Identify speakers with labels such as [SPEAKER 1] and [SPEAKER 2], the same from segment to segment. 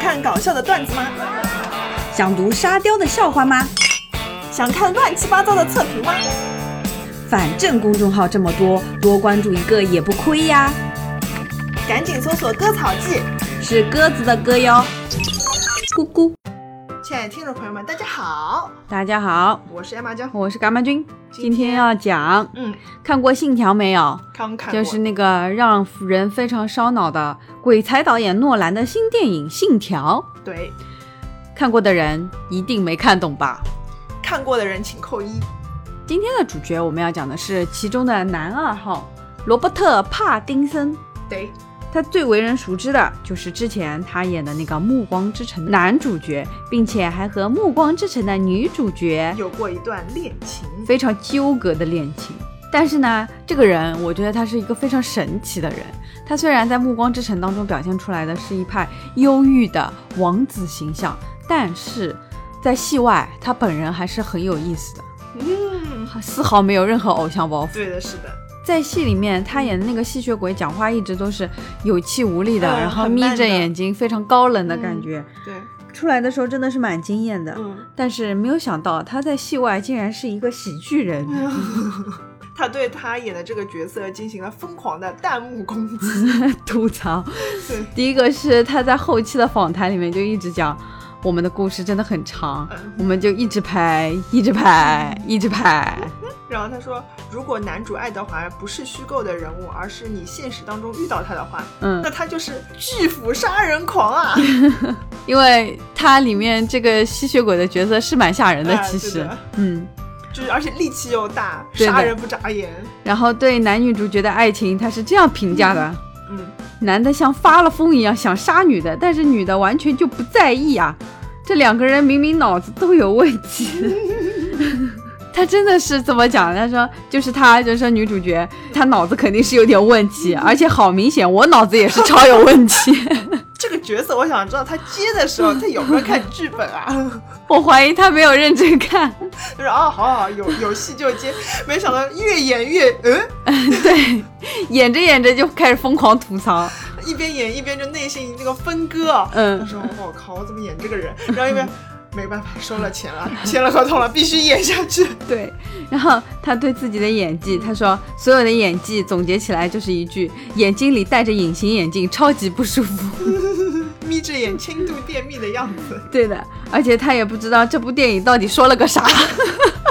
[SPEAKER 1] 看搞笑的段子吗？
[SPEAKER 2] 想读沙雕的笑话吗？
[SPEAKER 1] 想看乱七八糟的测评吗？
[SPEAKER 2] 反正公众号这么多，多关注一个也不亏呀。
[SPEAKER 1] 赶紧搜索“割草记
[SPEAKER 2] 是鸽子的歌哟，咕咕。”。
[SPEAKER 1] 亲爱的听众朋友们，大家好，
[SPEAKER 2] 大家好，
[SPEAKER 1] 我是艾玛江。
[SPEAKER 2] 我是蛤蟆君，
[SPEAKER 1] 今天
[SPEAKER 2] 今天要讲
[SPEAKER 1] 嗯，
[SPEAKER 2] 看过《信条》没有？
[SPEAKER 1] 刚看过
[SPEAKER 2] 就是那个让人非常烧脑的鬼才导演诺兰的新电影《信条
[SPEAKER 1] 对，》，
[SPEAKER 2] 看过的人一定没看懂吧？
[SPEAKER 1] 看过的人请扣一。
[SPEAKER 2] 今天的主角我们要讲的是其中的男二号罗伯特·帕丁森，
[SPEAKER 1] 对，
[SPEAKER 2] 他最为人熟知的就是之前他演的那个《暮光之城》男主角，并且还和《暮光之城》的女主角
[SPEAKER 1] 有过一段恋情，
[SPEAKER 2] 非常纠葛的恋情。但是呢，这个人我觉得他是一个非常神奇的人。他虽然在《暮光之城》当中表现出来的是一派忧郁的王子形象，但是在戏外他本人还是很有意思的，
[SPEAKER 1] 嗯，
[SPEAKER 2] 丝毫没有任何偶像包袱。
[SPEAKER 1] 对的，是的，
[SPEAKER 2] 在戏里面，他演的那个吸血鬼讲话一直都是有气无力的，
[SPEAKER 1] 嗯
[SPEAKER 2] 然后
[SPEAKER 1] 很
[SPEAKER 2] 眯
[SPEAKER 1] 慢
[SPEAKER 2] 着
[SPEAKER 1] 的
[SPEAKER 2] 眼睛，非常高冷的感觉。
[SPEAKER 1] 对，
[SPEAKER 2] 出来的时候真的是蛮惊艳的，
[SPEAKER 1] 嗯，
[SPEAKER 2] 但是没有想到他在戏外竟然是一个喜剧人。
[SPEAKER 1] 他对他演的这个角色进行了疯狂的弹幕攻击。
[SPEAKER 2] 吐槽
[SPEAKER 1] 对。
[SPEAKER 2] 第一个是他在后期的访谈里面就一直讲，我们的故事真的很长，
[SPEAKER 1] 嗯
[SPEAKER 2] 我们就一直拍，一直拍，一直拍。
[SPEAKER 1] 然后他说，如果男主爱德华不是虚构的人物，而是你现实当中遇到他的话，
[SPEAKER 2] 嗯
[SPEAKER 1] 那，他就是巨斧杀人狂啊！
[SPEAKER 2] 因为他里面这个吸血鬼的角色啊是蛮吓人的，
[SPEAKER 1] 哎
[SPEAKER 2] 其
[SPEAKER 1] 对
[SPEAKER 2] 实
[SPEAKER 1] 的，
[SPEAKER 2] 嗯。
[SPEAKER 1] 就是而且力气又大，
[SPEAKER 2] 对的
[SPEAKER 1] 杀人不眨眼。
[SPEAKER 2] 然后对男女主角的爱情，他是这样评价的：
[SPEAKER 1] 嗯，
[SPEAKER 2] 男的像发了疯一样想杀女的，但是女的完全就不在意啊。这两个人明明脑子都有问题。 他真的是怎么讲？他说，就是他，就是说女主角，她脑子肯定是有点问题，而且好明显，我脑子也是超有问题。
[SPEAKER 1] 这个角色我想知道他接的时候，他有没有看剧本啊？
[SPEAKER 2] 我怀疑他没有认真看。
[SPEAKER 1] 就是哦，好好好有有戏就接，没想到越演越嗯，
[SPEAKER 2] 对，演着演着就开始疯狂吐槽。
[SPEAKER 1] 一边演一边就内心那个分割啊。他
[SPEAKER 2] 嗯，
[SPEAKER 1] 说我靠，我怎么演这个人？然后一边。没办法，收了钱 了，签了合同了，必须演下去。
[SPEAKER 2] 对，然后他对自己的演
[SPEAKER 1] 嗯
[SPEAKER 2] 技，他说所有的演技总结起来就是一句：眼睛里戴着隐形眼镜，超级不 舒服。
[SPEAKER 1] 眯着眼轻度便秘的样子。
[SPEAKER 2] 对的，而且他也不知道这部电影到底说了个啥。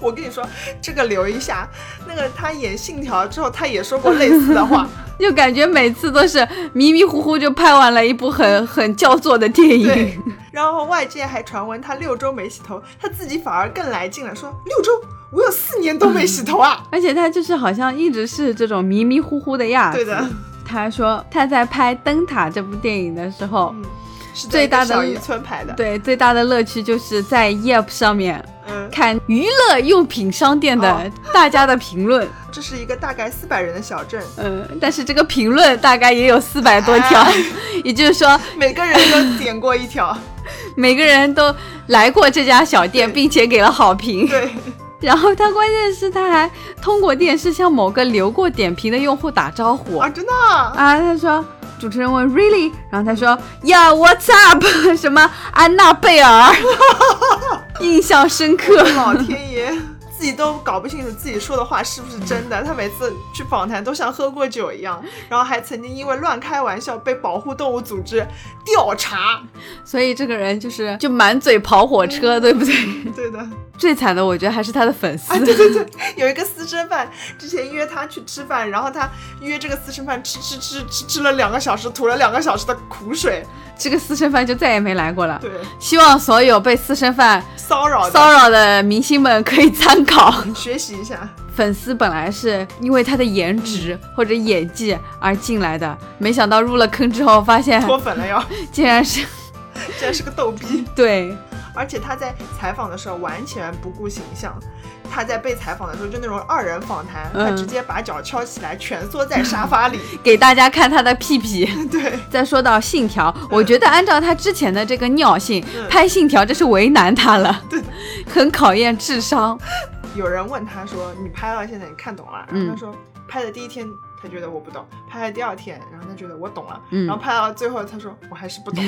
[SPEAKER 1] 我跟你说，这个留一下。那个他演《信条》之后，他也说过类似的话。
[SPEAKER 2] 就感觉每次都是迷迷糊糊就拍完了一部很很叫座的电
[SPEAKER 1] 嗯 对
[SPEAKER 2] 影，，
[SPEAKER 1] 然后外界还传闻他六周没洗头，他自己反而更来劲了，说六周我有四年都没洗头啊。
[SPEAKER 2] 而且他就是好像一直是这种迷迷糊糊的样子。
[SPEAKER 1] 对的，
[SPEAKER 2] 他说他在拍《灯塔》这部电影的时候，
[SPEAKER 1] 嗯，是在
[SPEAKER 2] 最大的
[SPEAKER 1] 一个小渔村拍的。，
[SPEAKER 2] 对最大的乐趣就是在 Yelp 上面
[SPEAKER 1] 嗯，
[SPEAKER 2] 看娱乐用品商店的
[SPEAKER 1] 哦
[SPEAKER 2] 大家的评 论，
[SPEAKER 1] 这是一个大概四百人的小镇，
[SPEAKER 2] 嗯、但是这个评论大概也有四百多条，
[SPEAKER 1] 哎
[SPEAKER 2] 也就是说
[SPEAKER 1] 每个人都点过一 条。
[SPEAKER 2] 每个人都来过这家小店，
[SPEAKER 1] 对
[SPEAKER 2] 并且给了好评。
[SPEAKER 1] 对，
[SPEAKER 2] 然后他关键是他还通过电视向某个留过点评的用户打招呼
[SPEAKER 1] 啊，
[SPEAKER 2] 啊
[SPEAKER 1] 真的啊、
[SPEAKER 2] 他说。主持人问 Really，然后他说 Yeah，What's up？什 么安娜 贝尔，印象深刻。
[SPEAKER 1] 老天爷。自己都搞不清楚自己说的话是不是真的，他每次去访谈都像喝过酒一样，然后还曾经因为乱开玩笑被保护动物组织调查。
[SPEAKER 2] 所以这个人就是就满嘴跑火车，
[SPEAKER 1] 嗯
[SPEAKER 2] 对不对？
[SPEAKER 1] 对的，
[SPEAKER 2] 最惨的，我觉得还是他的粉丝。
[SPEAKER 1] 啊，对对对，有一个私生饭，之前约他去吃饭，然后他约这个私生饭吃吃吃吃吃了两个小时，吐了两个小时的苦水，
[SPEAKER 2] 这个私生饭就再也没来过了。
[SPEAKER 1] 对，
[SPEAKER 2] 希望所有被私生饭
[SPEAKER 1] 骚扰的
[SPEAKER 2] 骚扰的明星们可以参考。
[SPEAKER 1] 学习一下，
[SPEAKER 2] 粉丝本来是因为他的颜值或者演技而进来的，没想到入了坑之后，发现
[SPEAKER 1] 脱粉了 哟，
[SPEAKER 2] 竟然是
[SPEAKER 1] 竟然是个逗逼，
[SPEAKER 2] 对
[SPEAKER 1] 而且他在采访的时候完全不顾形象。他在被采访的时候，就那种二人访谈，他
[SPEAKER 2] 嗯
[SPEAKER 1] 直接把脚翘起来，蜷缩在沙发里。
[SPEAKER 2] 给大家看他的屁屁。
[SPEAKER 1] 对，
[SPEAKER 2] 再说到信条，我觉得按照他之前的这个尿性，
[SPEAKER 1] 嗯
[SPEAKER 2] 拍信条这是为难他了，很考验智商。嗯
[SPEAKER 1] 有人问他说：“你拍到现在，你看懂了？”然后他说：“拍的第一天他觉得我不懂，拍了第二天，然后他觉得我懂了，
[SPEAKER 2] 嗯
[SPEAKER 1] 然后拍到最后他说我还是 不懂，。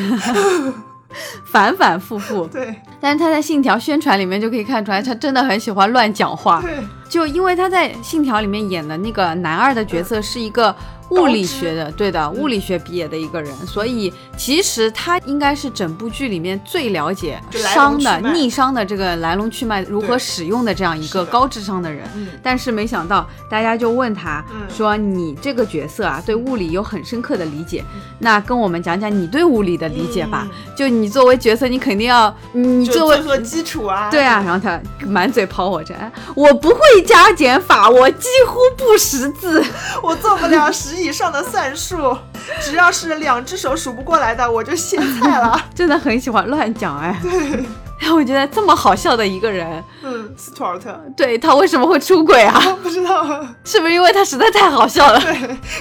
[SPEAKER 2] 反反复复
[SPEAKER 1] 对
[SPEAKER 2] 但是他在信条宣传里面就可以看出来，他真的很喜欢乱讲话。
[SPEAKER 1] 对，
[SPEAKER 2] 就因为他在信条里面演的那个男二的角色是一个物理学的，对的，物理学毕业的一个人，
[SPEAKER 1] 嗯
[SPEAKER 2] 所以其实他应该是整部剧里面最了解
[SPEAKER 1] 嗯就来龙
[SPEAKER 2] 商
[SPEAKER 1] 去
[SPEAKER 2] 的
[SPEAKER 1] 脉
[SPEAKER 2] 逆商的这个来龙去脉如何
[SPEAKER 1] 对
[SPEAKER 2] 使用的这样一
[SPEAKER 1] 是的
[SPEAKER 2] 个高智商的人。
[SPEAKER 1] 嗯
[SPEAKER 2] 但是没想到，大家就问他、
[SPEAKER 1] 嗯
[SPEAKER 2] 说：“你这个角色啊，对物理有很深刻的理解，
[SPEAKER 1] 嗯
[SPEAKER 2] 那跟我们讲讲你对物理的理解吧。就你作为角色，你肯定要，你
[SPEAKER 1] 就
[SPEAKER 2] 作为
[SPEAKER 1] 综合基础啊，
[SPEAKER 2] 嗯对啊，然后他满嘴跑火车，我不会加减法，我几乎不识字。
[SPEAKER 1] 我做不了十以上的算术， 只要是两只手数不过来的，我就歇菜了。
[SPEAKER 2] 真的很喜欢乱讲哎。对， 我觉得这么好笑的一个人，
[SPEAKER 1] 嗯，斯图尔特，
[SPEAKER 2] 对他为什么会出轨啊？
[SPEAKER 1] 不知道，
[SPEAKER 2] 是不是因为他实在太好笑了？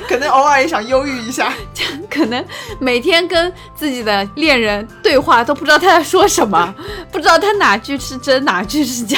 [SPEAKER 1] 可能偶尔也想忧郁一下。
[SPEAKER 2] 可能每天跟自己的恋人对话都不知道他在说什么，不知道他哪句是真哪句是假。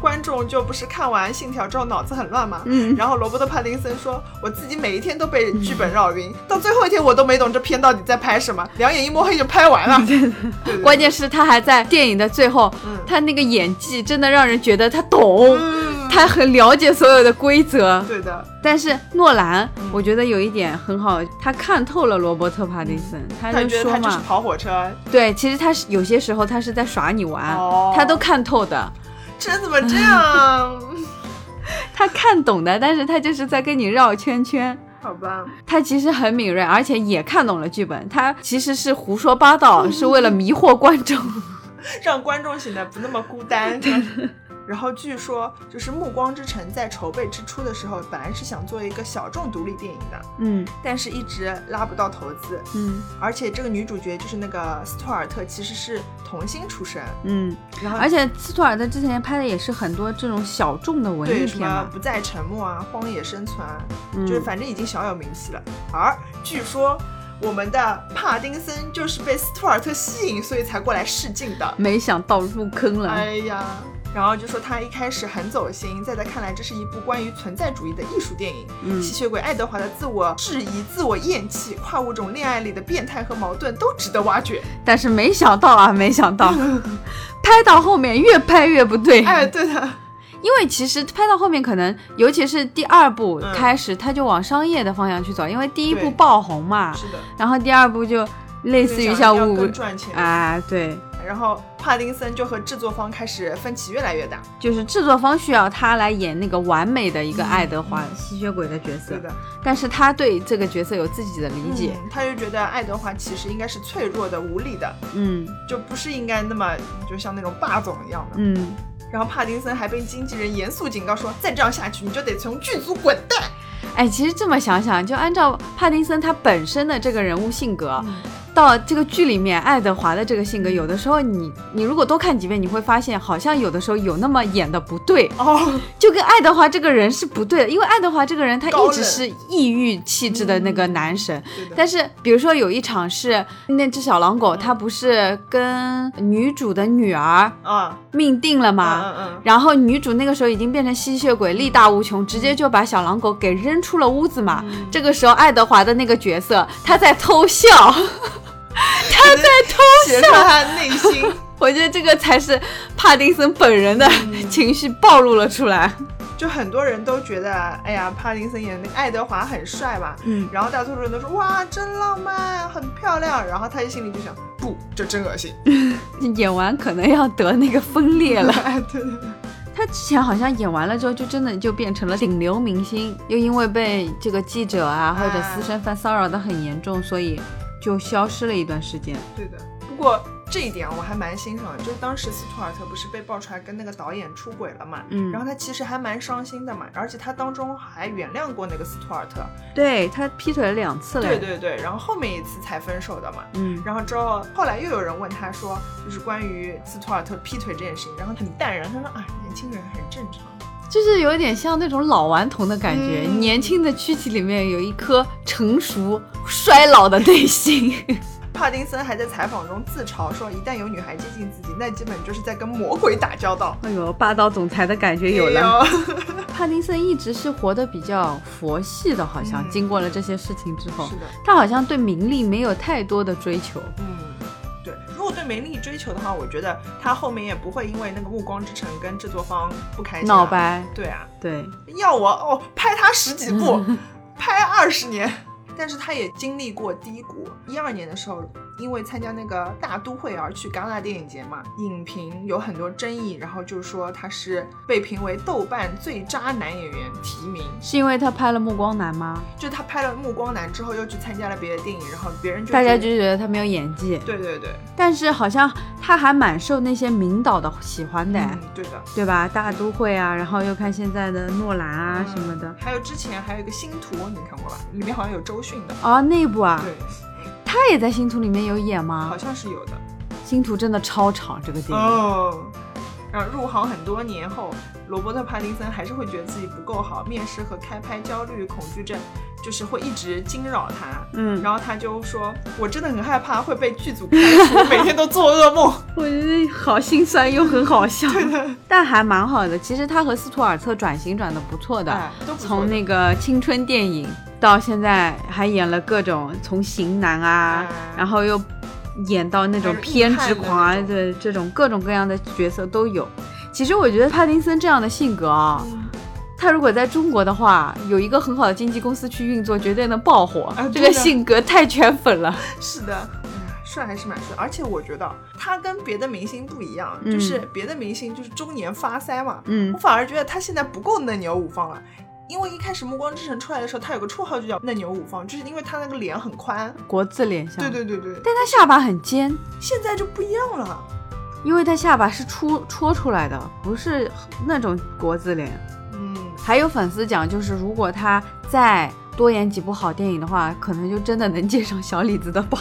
[SPEAKER 1] 观众就不是看完《信条》之后脑子很乱嘛。
[SPEAKER 2] 嗯，
[SPEAKER 1] 然后罗伯特·帕丁森说：“我自己每一天都被剧本绕晕，到最后一天我都没懂这片到底在拍什么，两眼一抹黑就拍完了。 对对对
[SPEAKER 2] 关键是他还在电影的最后，
[SPEAKER 1] 嗯
[SPEAKER 2] 他那个演技真的让人觉得他懂，
[SPEAKER 1] 嗯
[SPEAKER 2] 他很了解所有的规则。
[SPEAKER 1] 对的，
[SPEAKER 2] 但是诺兰，我觉得有一点很好，他看透了罗伯特·帕丁森，他
[SPEAKER 1] 他
[SPEAKER 2] 就
[SPEAKER 1] 觉得
[SPEAKER 2] 说
[SPEAKER 1] 他就是
[SPEAKER 2] 嘛，
[SPEAKER 1] 跑火车，
[SPEAKER 2] 对，其实他是有些时候他是在耍你玩，
[SPEAKER 1] 哦
[SPEAKER 2] 他都看透的，
[SPEAKER 1] 这怎么这样？
[SPEAKER 2] 他看懂的，但是他就是在跟你绕圈圈。
[SPEAKER 1] 好吧，
[SPEAKER 2] 他其实很敏锐，而且也看懂了剧本。他其实是胡说 八道，是为了迷惑观众。
[SPEAKER 1] 让观众显得不那么孤 单。然后据说，就是《暮光之城》在筹备之初的时候，本来是想做一个小众独立电影的，
[SPEAKER 2] 嗯
[SPEAKER 1] 但是一直拉不到投资。
[SPEAKER 2] 嗯
[SPEAKER 1] 而且这个女主角就是那个斯图尔特，其实是童星出身，
[SPEAKER 2] 嗯。
[SPEAKER 1] 然后
[SPEAKER 2] 而且斯图尔特之前拍的也是很多这种小众的文艺
[SPEAKER 1] 对什
[SPEAKER 2] 片
[SPEAKER 1] 么
[SPEAKER 2] 嘛，
[SPEAKER 1] 不再沉默啊、荒野生存啊，
[SPEAKER 2] 嗯
[SPEAKER 1] 就是反正已经小有名气了。而据说我们的帕丁森就是被斯图尔特吸引，所以才过来试镜的。
[SPEAKER 2] 没想到入坑了。
[SPEAKER 1] 哎呀，然后就说他一开始很走心，在他看来，这是一部关于存在主义的艺术电影。
[SPEAKER 2] 嗯
[SPEAKER 1] 吸血鬼爱德华的自我质疑、自我厌弃、跨物种恋爱里的变态和矛盾都值得挖掘。
[SPEAKER 2] 但是没想到啊，没 想到，拍到后面越拍越不对，
[SPEAKER 1] 哎，对 的，
[SPEAKER 2] 因为其实拍到后面可能，尤其是第二部
[SPEAKER 1] 嗯
[SPEAKER 2] 开始，他就往商业的方向去走，因为第一
[SPEAKER 1] 对
[SPEAKER 2] 部爆红嘛，
[SPEAKER 1] 是的，
[SPEAKER 2] 然后第二部就类似于像
[SPEAKER 1] 要
[SPEAKER 2] 五
[SPEAKER 1] 更赚钱。
[SPEAKER 2] 啊，对，
[SPEAKER 1] 然后帕丁森就和制作方开始分歧越来越大。
[SPEAKER 2] 就是制作方需要他来演那个完美的一个爱德华
[SPEAKER 1] 嗯
[SPEAKER 2] 吸血鬼的角色
[SPEAKER 1] 对，的，
[SPEAKER 2] 但是他对这个角色有自己的理解，
[SPEAKER 1] 嗯他就觉得爱德华其实应该是脆弱的、无力的，
[SPEAKER 2] 嗯
[SPEAKER 1] 就不是应该那么就像那种霸总一样的。
[SPEAKER 2] 嗯，
[SPEAKER 1] 然后帕丁森还被经纪人严肃警告说，再这样下去你就得从剧组滚蛋。
[SPEAKER 2] 哎，其实这么想想，就按照帕丁森他本身的这个人物性格，
[SPEAKER 1] 嗯
[SPEAKER 2] 到这个剧里面爱德华的这个性格，有的时候你你如果多看几遍，你会发现好像有的时候有那么演的不对，
[SPEAKER 1] 哦，
[SPEAKER 2] 就跟爱德华这个人是不对的，因为爱德华这个人他
[SPEAKER 1] 高
[SPEAKER 2] 一直
[SPEAKER 1] 冷
[SPEAKER 2] 是抑郁气质的那个男神，
[SPEAKER 1] 对的，
[SPEAKER 2] 但是，比如说有一场是那只小狼狗，它不是跟女主的女儿
[SPEAKER 1] 啊，
[SPEAKER 2] 命定了吗？
[SPEAKER 1] 嗯嗯
[SPEAKER 2] 然后女主那个时候已经变成吸血鬼，力大无穷，直接就把小狼狗给扔出了屋子嘛。这个时候，爱德华的那个角色他在偷笑，
[SPEAKER 1] 他在偷写出他的内心。
[SPEAKER 2] 我觉得这个才是帕丁森本人的情绪暴露了出来。
[SPEAKER 1] 就很多人都觉得，哎呀，帕丁森演那个爱德华很帅嘛，
[SPEAKER 2] 嗯
[SPEAKER 1] 然后大多数人都说哇，真浪漫，很漂亮。然后他心里就想，不，这真恶心。
[SPEAKER 2] 演完可能要得那个分裂了。
[SPEAKER 1] 哎， 对对对，
[SPEAKER 2] 他之前好像演完了之后，就真的就变成了顶流明星，又因为被这个记者啊或者私生饭骚扰的很严重，所以就消失了一段时间。
[SPEAKER 1] 对的。不过这一点我还蛮欣赏的，就是当时斯图尔特不是被爆出来跟那个导演出轨了嘛，
[SPEAKER 2] 嗯
[SPEAKER 1] 然后他其实还蛮伤心的嘛，而且他当中还原谅过那个斯图尔特，
[SPEAKER 2] 对他劈腿了两次了。
[SPEAKER 1] 对，对对，然后后面一次才分手的嘛。
[SPEAKER 2] 嗯，
[SPEAKER 1] 然后之后，后来又有人问他说，就是关于斯图尔特劈腿这件事情，然后很淡然，他说啊，年轻人很正常。
[SPEAKER 2] 就是有点像那种老顽童的感觉，
[SPEAKER 1] 嗯
[SPEAKER 2] 年轻的躯体里面有一颗成熟衰老的内心。
[SPEAKER 1] 帕丁森还在采访中自嘲说，一旦有女孩接近自己，那基本就是在跟魔鬼打交道。
[SPEAKER 2] 哎呦，霸道总裁的感觉有了。
[SPEAKER 1] 哎呦，
[SPEAKER 2] 帕丁森一直是活得比较佛系的，好像、
[SPEAKER 1] 嗯
[SPEAKER 2] 经过了这些事情之后
[SPEAKER 1] 是，的，
[SPEAKER 2] 他好像对名利没有太多的追求。
[SPEAKER 1] 嗯，对。如果对梅丽追求的话，我觉得他后面也不会因为那个《暮光之城》跟制作方不开心、
[SPEAKER 2] 闹。掰，
[SPEAKER 1] 对啊，
[SPEAKER 2] 对，
[SPEAKER 1] 要我哦拍他十几部，
[SPEAKER 2] 嗯
[SPEAKER 1] 拍二十年。但是他也经历过低谷，一二年的时候，因为参加那个大都会而去戛纳电影节嘛，影评有很多争议，然后就说他是被评为豆瓣最渣男演员提名，
[SPEAKER 2] 是因为他拍了《暮光男》吗？
[SPEAKER 1] 就他拍了《暮光男》之后又去参加了别的电影，然后别人就
[SPEAKER 2] 大家
[SPEAKER 1] 觉
[SPEAKER 2] 就觉得他没有演技，
[SPEAKER 1] 得对对对，
[SPEAKER 2] 但是好像他还蛮受那些名导的喜欢的，
[SPEAKER 1] 嗯，对的。
[SPEAKER 2] 对吧？大都会啊，然后又看现在的诺兰啊什么的
[SPEAKER 1] 嗯，。还有之前还有一个《星途》，你看过吧？里面好像有周迅的，
[SPEAKER 2] 哦，那部啊，
[SPEAKER 1] 对，
[SPEAKER 2] 他也在《星途》里面有演吗
[SPEAKER 1] 好？像是有的。
[SPEAKER 2] 《星途》真的超长，这个电影。
[SPEAKER 1] 哦，然后入行很多年后，罗伯特·帕丁森还是会觉得自己不够好，面试和开拍焦虑、恐惧症就是会一直惊扰他。
[SPEAKER 2] 嗯，
[SPEAKER 1] 然后他就说：“我真的很害怕会被剧组开除，每天都做噩梦。
[SPEAKER 2] 我觉得好心酸又很好 笑，但还蛮好的。其实他和斯图尔特转型转的不错”的，
[SPEAKER 1] 哎，都不错
[SPEAKER 2] 从那个青春电影到现在还演了各种从型男啊，
[SPEAKER 1] 哎
[SPEAKER 2] 然后又演到那种偏执狂
[SPEAKER 1] 还
[SPEAKER 2] 啊
[SPEAKER 1] 有硬汉
[SPEAKER 2] 的这种各种各样的角色都有。其实我觉得帕丁森这样的性格啊、
[SPEAKER 1] 嗯
[SPEAKER 2] 他如果在中国的话，有一个很好的经纪公司去运作，绝对能爆火。
[SPEAKER 1] 啊
[SPEAKER 2] 这
[SPEAKER 1] 对
[SPEAKER 2] 个
[SPEAKER 1] 的
[SPEAKER 2] 性格太圈粉了。
[SPEAKER 1] 是的，哎帅还是蛮帅，而且我觉得他跟别的明星不一样，
[SPEAKER 2] 嗯
[SPEAKER 1] 就是别的明星就是中年发腮嘛，
[SPEAKER 2] 嗯
[SPEAKER 1] 我，反而觉得他现在不够嫩牛五方了。因为一开始《暮光之城》出来的时候，他有个绰号就叫“嫩牛五方”，就是因为他那个脸很宽。
[SPEAKER 2] 国字脸像。
[SPEAKER 1] 对。对对对，
[SPEAKER 2] 但他下巴很尖，
[SPEAKER 1] 现在就不一样了。
[SPEAKER 2] 因为他下巴是戳戳出来的，不是那种国字脸。
[SPEAKER 1] 嗯，
[SPEAKER 2] 还有粉丝讲，就是如果他再多演几部好电影的话，可能就真的能接上小李子的 榜。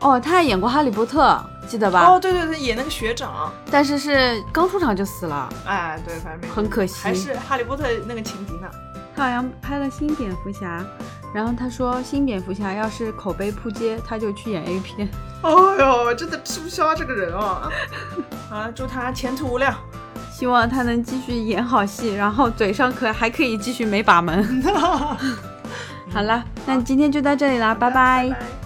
[SPEAKER 2] 哦，他还演过《哈利波特》，记得吧？
[SPEAKER 1] 哦，对对对，演那个学长，
[SPEAKER 2] 但是是刚出场就死了，
[SPEAKER 1] 哎，对，反正没
[SPEAKER 2] 很可惜。
[SPEAKER 1] 还是《哈利波特》那个情敌呢。
[SPEAKER 2] 他好像拍了《新蝙蝠侠》，然后他说《新蝙蝠侠》要是口碑扑街，他就去演 A 片。
[SPEAKER 1] 哎呦，真的吃不消啊这个人 啊！啊，祝他前途无量。
[SPEAKER 2] 希望他能继续演好戏，然后嘴上可还可
[SPEAKER 1] 嗯
[SPEAKER 2] 以继续没把门。好了，那今天就到这里啦，拜拜
[SPEAKER 1] 拜拜